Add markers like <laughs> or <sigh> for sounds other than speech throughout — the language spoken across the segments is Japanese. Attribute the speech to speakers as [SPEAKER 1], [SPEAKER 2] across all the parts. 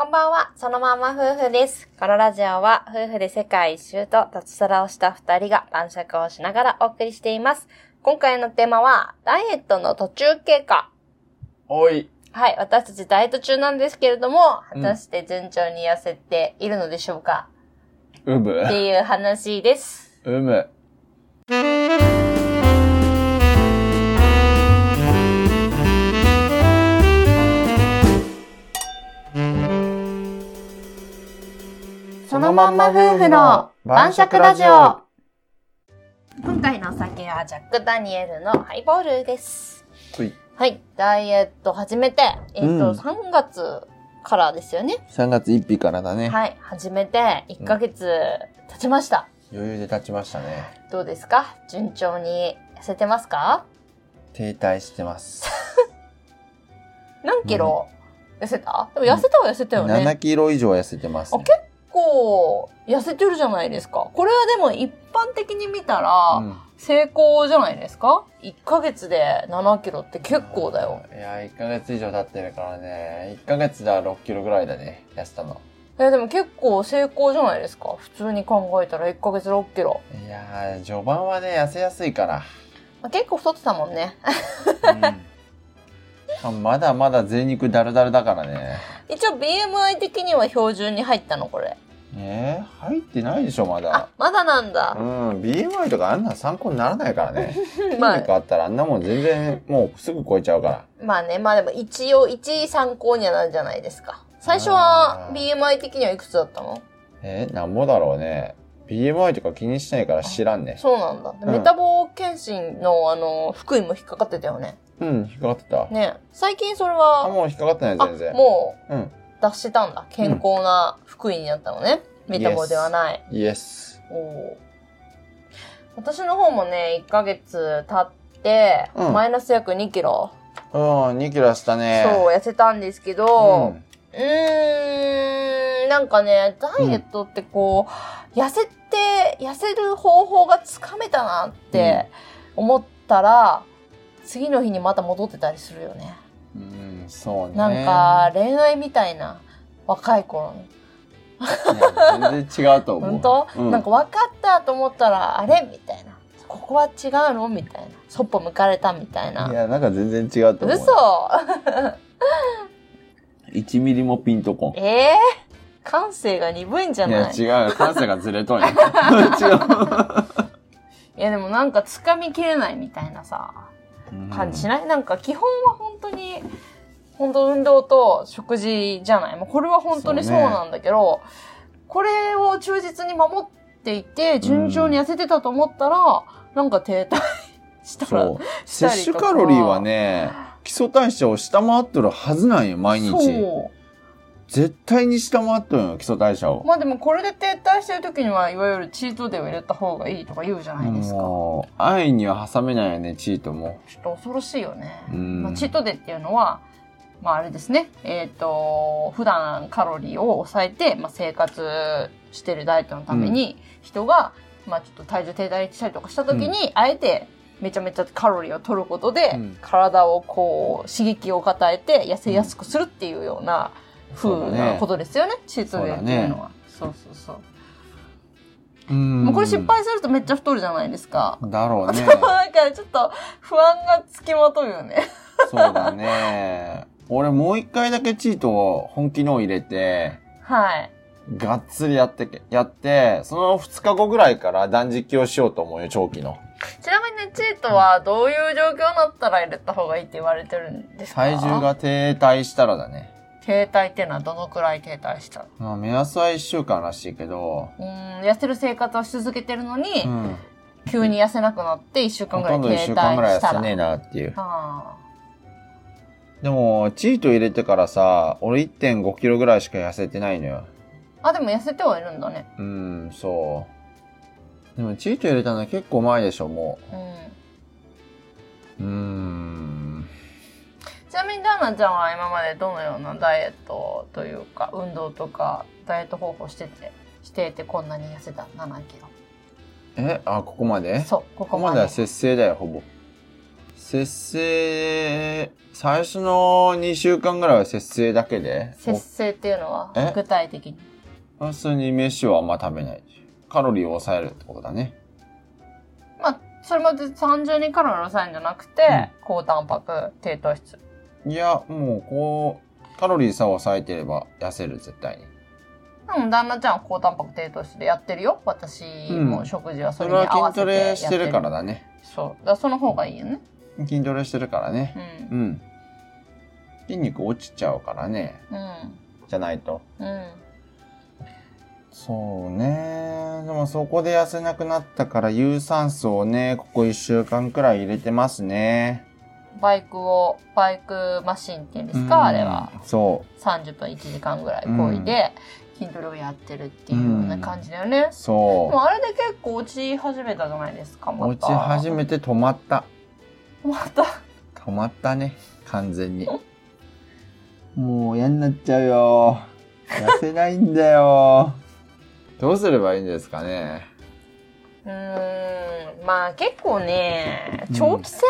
[SPEAKER 1] こんばんは、そのまんま夫婦です。このラジオは、夫婦で世界一周と脱サラをした二人が晩酌をしながらお送りしています。今回のテーマは、ダイエットの途中経過。
[SPEAKER 2] おい。
[SPEAKER 1] はい、私たちダイエット中なんですけれども、
[SPEAKER 2] う
[SPEAKER 1] 果
[SPEAKER 2] ん
[SPEAKER 1] たして順調に痩せているのでしょうか、
[SPEAKER 2] うむ。
[SPEAKER 1] っていう話です。
[SPEAKER 2] うむ。
[SPEAKER 1] そのまんま夫婦の晩酌ラジオ。今回のお酒はジャック・ダニエルのハイボールです。
[SPEAKER 2] つい。
[SPEAKER 1] はい、ダイエット始めて、えっ、
[SPEAKER 2] うん
[SPEAKER 1] と、3月からですよね。
[SPEAKER 2] 3月1日からだね。
[SPEAKER 1] はい、始めて1ヶ月経ちました。
[SPEAKER 2] 余裕で経ちましたね。
[SPEAKER 1] どうですか順調に痩せてますか
[SPEAKER 2] 停滞してます。
[SPEAKER 1] 何キロ痩せた、でも痩せたは痩せたよね。
[SPEAKER 2] 7キロ以上痩せてます、ね。
[SPEAKER 1] 結構痩せてるじゃないですか。これはでも一般的に見たら
[SPEAKER 2] うん
[SPEAKER 1] 成功じゃないですか ?1 ヶ月で7キロって結構だよ。。
[SPEAKER 2] いや、1ヶ月以上経ってるからね。1ヶ月では6キロぐらいだね。痩せたの。
[SPEAKER 1] いやでも結構成功じゃないですか普通に考えたら1ヶ月6キロ。
[SPEAKER 2] いやー、序盤はね、痩せやすいから。
[SPEAKER 1] まあ結構太ってたもんね。
[SPEAKER 2] うん、まだまだ贅肉ダルダルだからね。
[SPEAKER 1] 一応 BMI 的には標準に入ったのこれ。
[SPEAKER 2] えー、入ってないでしょ、ま
[SPEAKER 1] あ
[SPEAKER 2] だ。、
[SPEAKER 1] まだなんだ
[SPEAKER 2] う。ん、BMI とかあんな参考にならないからね。筋
[SPEAKER 1] まあ
[SPEAKER 2] 肉あったらあんなもん全然もうすぐ超えちゃうから。
[SPEAKER 1] まあね、まあでも一応、一参考にはなるじゃないですか。最初は
[SPEAKER 2] あ
[SPEAKER 1] BMI 的にはいくつだったの
[SPEAKER 2] えなんぼだろうね。BMI とか気にしないから知らんね。
[SPEAKER 1] そうなんだ。で
[SPEAKER 2] うん
[SPEAKER 1] メタボ検診のあの、福井も引っかかってたよね。
[SPEAKER 2] うん、引っかかってた。
[SPEAKER 1] ね最近それ
[SPEAKER 2] あ、
[SPEAKER 1] は、
[SPEAKER 2] もう引っかかってない
[SPEAKER 1] あ、
[SPEAKER 2] 全然。
[SPEAKER 1] もう
[SPEAKER 2] うん。
[SPEAKER 1] 脱したんだ。健康な福井になったのね。メタボではない。
[SPEAKER 2] イエス。
[SPEAKER 1] おー私の方もね、1ヶ月経って、
[SPEAKER 2] うん
[SPEAKER 1] マイナス約2キロ、
[SPEAKER 2] うん、2キロしたね。
[SPEAKER 1] そう、痩せたんですけど、
[SPEAKER 2] ん。
[SPEAKER 1] うーん、なんかね、ダイエットってこう、痩せて、痩せる方法がつかめたなって思ったら、次の日にまた戻ってたりするよね。
[SPEAKER 2] うん、そうね。
[SPEAKER 1] なんか、、恋愛みたいな、若い頃の。
[SPEAKER 2] 全然違うと思う。
[SPEAKER 1] 本当、
[SPEAKER 2] うん、
[SPEAKER 1] なんか分かったと思ったら、あれみたいな。ここは違うのみたいな。そっぽ向かれたみたい
[SPEAKER 2] い
[SPEAKER 1] な。
[SPEAKER 2] や、なんか全然違うと思う。
[SPEAKER 1] 嘘
[SPEAKER 2] 1ミリもピンとこん。
[SPEAKER 1] ええ感性が鈍いんじゃ
[SPEAKER 2] い
[SPEAKER 1] ない
[SPEAKER 2] や、違うよ。感性がずれと
[SPEAKER 1] <laughs>
[SPEAKER 2] んよ。違
[SPEAKER 1] いやでもなんか掴みきれないみたいなさ。
[SPEAKER 2] う。
[SPEAKER 1] 感じし
[SPEAKER 2] な
[SPEAKER 1] ない、なんか基本は本当に本当運動と食事じゃない、まあ、これは本当にそ
[SPEAKER 2] そううね
[SPEAKER 1] なんだけど、これを忠実に守っていて順調に痩せてたと思ったら、なんか停滞したら
[SPEAKER 2] そう。
[SPEAKER 1] したり
[SPEAKER 2] 摂
[SPEAKER 1] と
[SPEAKER 2] 取
[SPEAKER 1] か
[SPEAKER 2] カロリーはね、基礎代謝を下回っとるはずなんよ、毎日。
[SPEAKER 1] そ
[SPEAKER 2] 絶対に下回っとるよ、基礎代謝
[SPEAKER 1] う
[SPEAKER 2] を。
[SPEAKER 1] まあでもこれで停滞してる時にはいわゆるチートデーを入れた方がいいとか言うじゃないですか、
[SPEAKER 2] もう、安易には挟めないよね、チートも。
[SPEAKER 1] ちょっと恐ろしいよね、
[SPEAKER 2] うん
[SPEAKER 1] まあ、チートデーっていうのはまああれですねえっ、と普段カロリーを抑えて、まあ、生活してるダイエットのために、人が、まあ、ちょっと体重停滞したりとかした時に、あえてめちゃめちゃカロリーを取ることで、
[SPEAKER 2] うん
[SPEAKER 1] 体をこう刺激を与えて痩せやすくするっていうような風なことですよね、チートデーっていうのはそう,、そうそう
[SPEAKER 2] うん
[SPEAKER 1] もうこれ失敗するとめっちゃ太るじゃないですか、 <laughs>
[SPEAKER 2] だろうね。
[SPEAKER 1] なんかちょっと不安がつきまとうよね <laughs>
[SPEAKER 2] そうだね。俺もう一回だけチートを本気のを入れて、
[SPEAKER 1] はい。
[SPEAKER 2] がっつりやってけ、やって、その2日後ぐらいから断食をしようと思うよ、長期の。
[SPEAKER 1] ちなみにねチートはどういう状況になったら入れた方がいいって言われてるんですか
[SPEAKER 2] 体重。が停滞したらだね。
[SPEAKER 1] 停滞っていうのはどのくらい停滞した
[SPEAKER 2] まあ、目安は1週間らしいけど、
[SPEAKER 1] うーん、痩せる生活をし続けてるのに、
[SPEAKER 2] うん。
[SPEAKER 1] 急に痩せなくなって1週間
[SPEAKER 2] ほ
[SPEAKER 1] ぐら
[SPEAKER 2] と
[SPEAKER 1] い
[SPEAKER 2] んど
[SPEAKER 1] 停滞
[SPEAKER 2] 1週
[SPEAKER 1] し
[SPEAKER 2] 間ぐらい
[SPEAKER 1] た
[SPEAKER 2] 痩
[SPEAKER 1] ら。
[SPEAKER 2] せねえなっていう。
[SPEAKER 1] あ
[SPEAKER 2] でも、チート入れてからさ、俺1.5キロぐらいしか痩せてないのよ。
[SPEAKER 1] あ。あ、でも痩せてはいるんだね。
[SPEAKER 2] うん、そう。でも、チート入れたのは結構前でしょ、も
[SPEAKER 1] うん。
[SPEAKER 2] う。うーん。
[SPEAKER 1] ちなみにダーナちゃんは今までどのようなダイエットというか、運動とか、ダイエット方法してて、しててこんなに痩せた7キロ。
[SPEAKER 2] えあ、ここまで
[SPEAKER 1] そう、こ
[SPEAKER 2] ここ
[SPEAKER 1] こ
[SPEAKER 2] ま
[SPEAKER 1] ま
[SPEAKER 2] では
[SPEAKER 1] で。
[SPEAKER 2] 節制だよ、ほぼ。節制、最初の2週間ぐらいは節制だけで、
[SPEAKER 1] 節制っていうのは
[SPEAKER 2] え
[SPEAKER 1] 具体的に。
[SPEAKER 2] 普通に飯はあんま食べない。カロリーを抑えるってことだね。
[SPEAKER 1] まあ、それまで単純にカロリーを抑えるんじゃなくて、高タンパク、低糖質。
[SPEAKER 2] いや、もうこう、カロリーさえ抑えてれば痩せる、絶対に。
[SPEAKER 1] でも旦那ちゃんは高タンパク、低糖質でやってるよ。私も食事はそれ
[SPEAKER 2] それ
[SPEAKER 1] に合
[SPEAKER 2] は
[SPEAKER 1] わせ
[SPEAKER 2] 筋
[SPEAKER 1] てやってる。
[SPEAKER 2] トレしてるからだね。
[SPEAKER 1] そう。だからその方がいいよね。
[SPEAKER 2] 筋トレしてるからね。
[SPEAKER 1] うん
[SPEAKER 2] う。ん。筋肉落ちちゃうからね。
[SPEAKER 1] うん。
[SPEAKER 2] じゃないと。
[SPEAKER 1] うん。
[SPEAKER 2] そうね。でもそこで痩せなくなったから有酸素をね、ここ1週間くらい入れてますね。
[SPEAKER 1] バイクを、バイクマシンっていうんですか、
[SPEAKER 2] うん
[SPEAKER 1] あれは。。
[SPEAKER 2] そ
[SPEAKER 1] 30分1時間ぐらいこいで、筋トレをやってるっていうような感じだよね
[SPEAKER 2] う。。そ
[SPEAKER 1] でもあれで結構落ち始めたじゃないですか、
[SPEAKER 2] う。
[SPEAKER 1] また。
[SPEAKER 2] 落ち始めて止まった。
[SPEAKER 1] また。
[SPEAKER 2] 止まったね。完全に。もう嫌になっちゃうよ。痩せないんだよ。どうすればいいんですかね。
[SPEAKER 1] うーん、まあ結構ね
[SPEAKER 2] う、ん
[SPEAKER 1] 長期戦で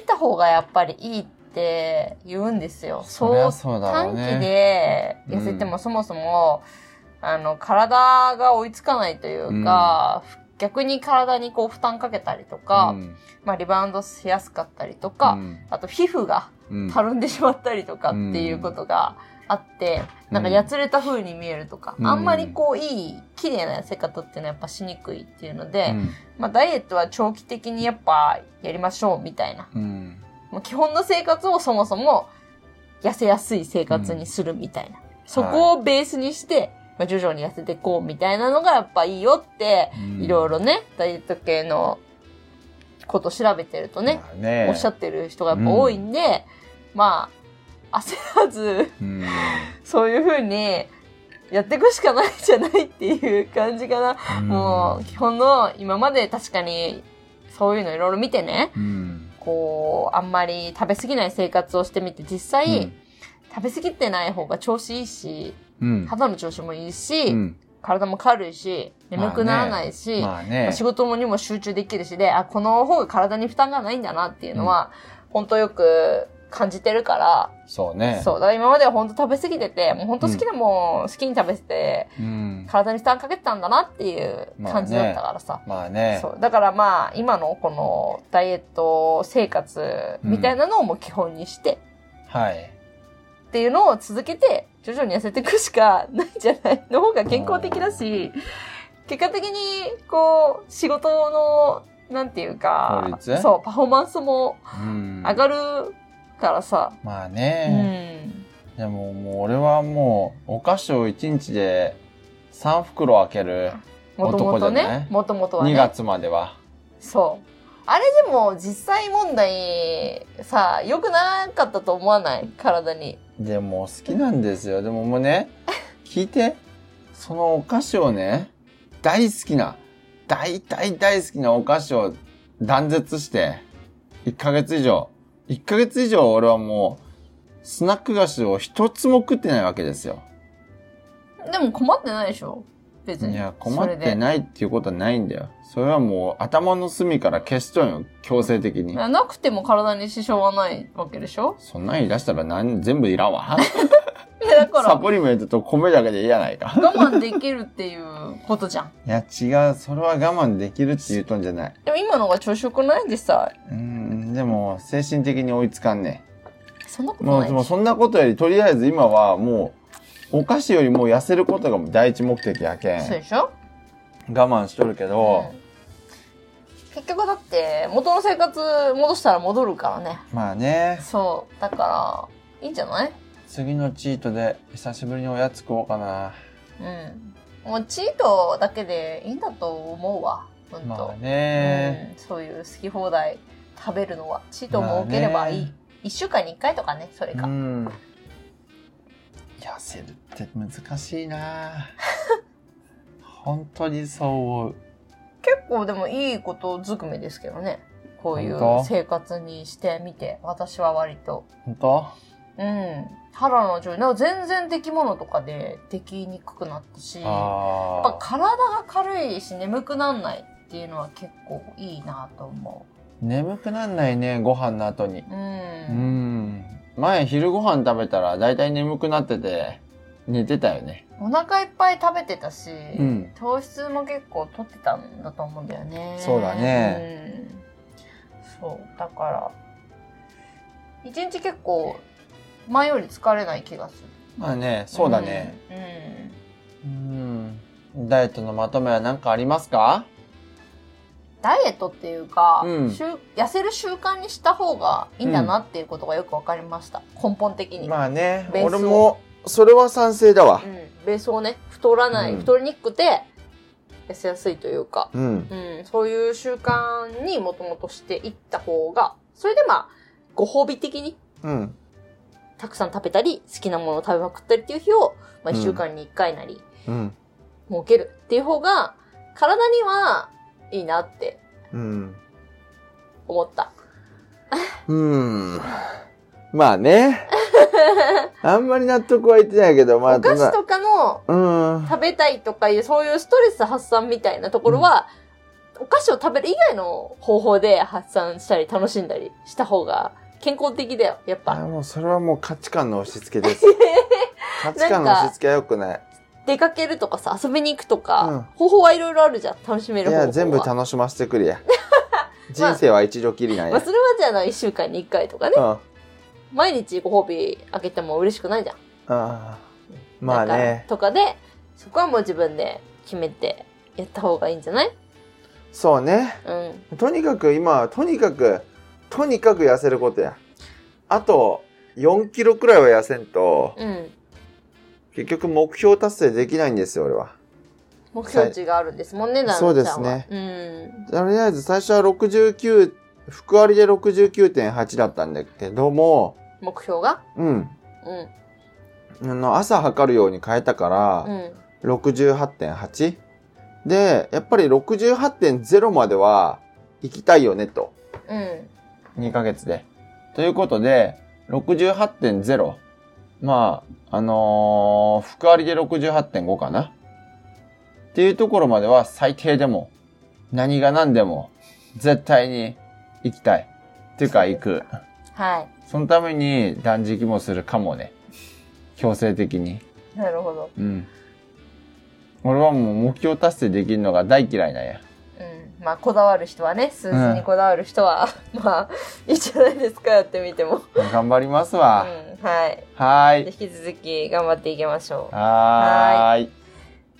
[SPEAKER 1] 見た方がやっぱりいいって言うんですよ。
[SPEAKER 2] そりゃそうだろ
[SPEAKER 1] 短
[SPEAKER 2] うね
[SPEAKER 1] 期で痩せてもそもそも、あの、体が追いつかないというか、逆に体にこう負担かけたりとか、
[SPEAKER 2] うん
[SPEAKER 1] まあリバウンドしやすかったりとか、
[SPEAKER 2] うん
[SPEAKER 1] あと皮膚が
[SPEAKER 2] うん
[SPEAKER 1] たるんでしまったりとかっていうことがあって、
[SPEAKER 2] うん
[SPEAKER 1] なんかやつれた風に見えるとか、
[SPEAKER 2] うん
[SPEAKER 1] あんまりこういい、綺麗な痩せ方っていうのはやっぱしにくいっていうので、
[SPEAKER 2] うん
[SPEAKER 1] まあダイエットは長期的にやっぱやりましょうみたいな。
[SPEAKER 2] うん
[SPEAKER 1] もう基本の生活をそもそも痩せやすい生活にするみたいな。そこをベースにして、まあ徐々に痩せていこうみたいなのがやっぱいいよって、
[SPEAKER 2] うん
[SPEAKER 1] いろいろね、ダイエット系のこと調べてるとね、
[SPEAKER 2] まあね
[SPEAKER 1] おっしゃってる人がやっぱ多いんで、まあ、焦らず、 <laughs>
[SPEAKER 2] うん
[SPEAKER 1] そういうふうにやっていくしかないじゃないっていう感じかな。もう、基本の今まで確かに、そういうのいろいろ見てね、
[SPEAKER 2] うん、
[SPEAKER 1] こう、あんまり食べ過ぎない生活をしてみて、実際、食べ過ぎてない方が調子いいし、
[SPEAKER 2] うん、
[SPEAKER 1] 肌の調子もいいし、
[SPEAKER 2] うん
[SPEAKER 1] 体も軽いし、眠くならないし、
[SPEAKER 2] まあね、
[SPEAKER 1] 仕事もにも集中できるしで、あ、この方が体に負担がないんだなっていうのは、本当よく感じてるから、
[SPEAKER 2] そうね。
[SPEAKER 1] そう。だから今までは本当食べ過ぎてて、もう本当好きなもん、好きに食べてて、
[SPEAKER 2] うん、
[SPEAKER 1] 体に負担かけてたんだなっていう
[SPEAKER 2] まあね
[SPEAKER 1] 感じだったからさ。
[SPEAKER 2] まあね。
[SPEAKER 1] そう。だからまあ、今のこのダイエット生活みたいなのをもう基本にして、
[SPEAKER 2] はい。
[SPEAKER 1] っていうのを続けて、徐々に痩せていくしかないんじゃないの方が健康的だし、結果的に、こう、仕事の、なんていう
[SPEAKER 2] 効
[SPEAKER 1] か、
[SPEAKER 2] 率
[SPEAKER 1] そう、パフォーマンスも
[SPEAKER 2] うん、
[SPEAKER 1] 上がるからさ、
[SPEAKER 2] まあ
[SPEAKER 1] う
[SPEAKER 2] ね。
[SPEAKER 1] ん。
[SPEAKER 2] でももう俺はもうお菓子を一日で三袋開ける
[SPEAKER 1] もともと
[SPEAKER 2] 男じゃない
[SPEAKER 1] ね、もともとは
[SPEAKER 2] 二
[SPEAKER 1] ね。
[SPEAKER 2] 月までは。
[SPEAKER 1] そう。あれでも、実際問題、さ、良くなかったと思わない体に。
[SPEAKER 2] でも好きなんですよ。でももうね、聞いて、そのお菓子をね、大好きな、大大大好きなお菓子を断絶して、1ヶ月以上、1ヶ月以上俺はもう、スナック菓子を一つも食ってないわけですよ。
[SPEAKER 1] でも困ってないでしょ別に。
[SPEAKER 2] いや、困って
[SPEAKER 1] い。
[SPEAKER 2] ないっていうことはないんだよ。それはもう頭の隅から消しとんよ、強制的に。
[SPEAKER 1] なくても体に支障はないわけでしょ
[SPEAKER 2] そんなん言い出したら何、全部いらんわ。
[SPEAKER 1] いやだから
[SPEAKER 2] <laughs> サ。プリメントと米だけでいいやないか。
[SPEAKER 1] 我慢できるっていうことじゃん。
[SPEAKER 2] いや、違う。それは我慢できるって言うとんじゃない。
[SPEAKER 1] でも今のが調子良くないでさ、
[SPEAKER 2] うーん、でも、精神的に追いつかんね。
[SPEAKER 1] そんなこと
[SPEAKER 2] も
[SPEAKER 1] な
[SPEAKER 2] う、
[SPEAKER 1] い
[SPEAKER 2] もうそんなことより、とりあえず今はもう、お菓子よりもう痩せることが第一目的やけ
[SPEAKER 1] そうで
[SPEAKER 2] ん。
[SPEAKER 1] しょ、
[SPEAKER 2] 我慢しとるけど
[SPEAKER 1] う、ん結局だって、元の生活戻したら戻るからね。
[SPEAKER 2] まあね、
[SPEAKER 1] そう。だから、いいんじゃない
[SPEAKER 2] 次のチートで久しぶりにおやつ食おうかな。
[SPEAKER 1] うん。もうチートだけでいいんだと思うわ。ほんと。
[SPEAKER 2] まあね、
[SPEAKER 1] うん、そういう好き放題食べるのは。チートも多ければい
[SPEAKER 2] まあ
[SPEAKER 1] い
[SPEAKER 2] ね。
[SPEAKER 1] 一、週間に一回とかね、それ
[SPEAKER 2] う
[SPEAKER 1] か。
[SPEAKER 2] ん。痩せるって難し
[SPEAKER 1] <laughs>
[SPEAKER 2] いな本当にそう思う。
[SPEAKER 1] 結構でもいいことずくめですけどね。こういう
[SPEAKER 2] 本当
[SPEAKER 1] 生活にしてみて、私は割と。
[SPEAKER 2] 本当
[SPEAKER 1] うん。腹の調子、なんか全然できものとかでできにくくなったし、やっ
[SPEAKER 2] あ
[SPEAKER 1] ぱ体が軽いし眠くなんないっていうのは結構いいなと思
[SPEAKER 2] 眠くなんないね、ご飯の後に。
[SPEAKER 1] う。
[SPEAKER 2] うんん。前昼ご飯食べたら大体眠くなってて、寝てたよね。
[SPEAKER 1] お腹いっぱい食べてたし、
[SPEAKER 2] うん。
[SPEAKER 1] 糖質も結構取ってたんだと思うんだよね。
[SPEAKER 2] そうだね。
[SPEAKER 1] うん、そう、だから、一日結構、前より疲れない気がする。
[SPEAKER 2] まあね、そうだね。
[SPEAKER 1] うん。うん
[SPEAKER 2] うん。ダイエットのまとめは何かありますか
[SPEAKER 1] ダイエットっていうか、
[SPEAKER 2] うん
[SPEAKER 1] 習痩せる習慣にした方がいいんだなっていうことがよく分かりました、根本的に、
[SPEAKER 2] まあね、
[SPEAKER 1] ベースを
[SPEAKER 2] 俺も、それは賛成だわ
[SPEAKER 1] う。ん、ベースをね太らない、
[SPEAKER 2] うん
[SPEAKER 1] 太りにくくて痩せやすいというか、
[SPEAKER 2] うん。
[SPEAKER 1] うん、そういう習慣にもともとしていった方がそれでまあご褒美的に
[SPEAKER 2] うん。
[SPEAKER 1] たくさん食べたり好きなものを食べまくったりっていう日を、まあ、
[SPEAKER 2] うん
[SPEAKER 1] 1週間に1回なり
[SPEAKER 2] うん。
[SPEAKER 1] 設けるっていう方が体にはいいなって
[SPEAKER 2] うん。
[SPEAKER 1] 思った
[SPEAKER 2] うん。ま
[SPEAKER 1] <laughs>
[SPEAKER 2] あね。あんまり納得はいってないけど、まあ、
[SPEAKER 1] お菓子とかの
[SPEAKER 2] うん。
[SPEAKER 1] 食べたいとかいうそういうストレス発散みたいなところは、お菓子を食べる以外の方法で発散したり楽しんだりした方が健康的だよやっぱ
[SPEAKER 2] あもうそれはもう価値観の押し付け
[SPEAKER 1] <laughs>
[SPEAKER 2] です。価値観の押し付けは良くない。
[SPEAKER 1] 出かけるとかさ遊びに行くとか、
[SPEAKER 2] うん
[SPEAKER 1] 方法はいろいろあるじゃん楽しめ
[SPEAKER 2] い
[SPEAKER 1] る方法は
[SPEAKER 2] や、全部楽しませてくれや。人生は一度きりなん
[SPEAKER 1] まあ
[SPEAKER 2] や
[SPEAKER 1] そ。れはじゃあな1週間に1回とかね
[SPEAKER 2] うん。うん
[SPEAKER 1] 毎日ご褒美あげても嬉しくないじゃん
[SPEAKER 2] ま
[SPEAKER 1] だか
[SPEAKER 2] あ
[SPEAKER 1] ら
[SPEAKER 2] ね。
[SPEAKER 1] とかでそこはもう自分で決めてやった方がいいんじゃない
[SPEAKER 2] そうね。
[SPEAKER 1] うん
[SPEAKER 2] とにかく今は、とにかく、とにかく痩せることや。あと、4キロくらいは痩せんと、
[SPEAKER 1] うん
[SPEAKER 2] 結局目標達成できないんですよ、俺は。
[SPEAKER 1] 目標値があるんですもんね、な
[SPEAKER 2] そ
[SPEAKER 1] な
[SPEAKER 2] うで
[SPEAKER 1] ちゃ
[SPEAKER 2] す
[SPEAKER 1] んは
[SPEAKER 2] ね
[SPEAKER 1] うん
[SPEAKER 2] とりあえず最初は69、福割りで69.8だったんだけども、
[SPEAKER 1] 目標が
[SPEAKER 2] うん。
[SPEAKER 1] うん
[SPEAKER 2] あの、朝測るように変えたから、
[SPEAKER 1] うん
[SPEAKER 2] 68.8でやっぱり68.0までは行きたいよねと
[SPEAKER 1] うん
[SPEAKER 2] 2ヶ月でということで68.0まああのー、福割りで68.5かなっていうところまでは最低でも何が何でも絶対に行きたいっていうか行く
[SPEAKER 1] は
[SPEAKER 2] そのために断食もするかもね強制的に
[SPEAKER 1] い。なるほど。
[SPEAKER 2] うん。俺はもう目標達成できるのが大嫌いなんや。
[SPEAKER 1] うん。まあ、こだわる人はね、数字にこだわる人は、 <laughs> まあ、いいじゃないですか、やってみても。
[SPEAKER 2] 頑張ります
[SPEAKER 1] うん。
[SPEAKER 2] わ。
[SPEAKER 1] はい。
[SPEAKER 2] はー
[SPEAKER 1] で
[SPEAKER 2] い。
[SPEAKER 1] 引き続き頑張っていきましょう。
[SPEAKER 2] はーい。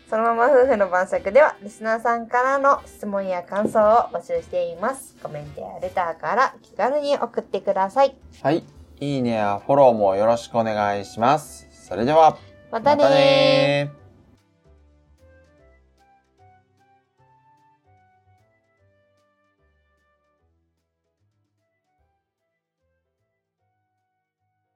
[SPEAKER 1] そのまま夫婦の晩酌では、リスナーさんからの質問や感想を募集しています。コメントやレターから気軽に送ってください。
[SPEAKER 2] はい。いいねやフォローもよろしくお願いします。それでは。
[SPEAKER 1] またねー。
[SPEAKER 2] ー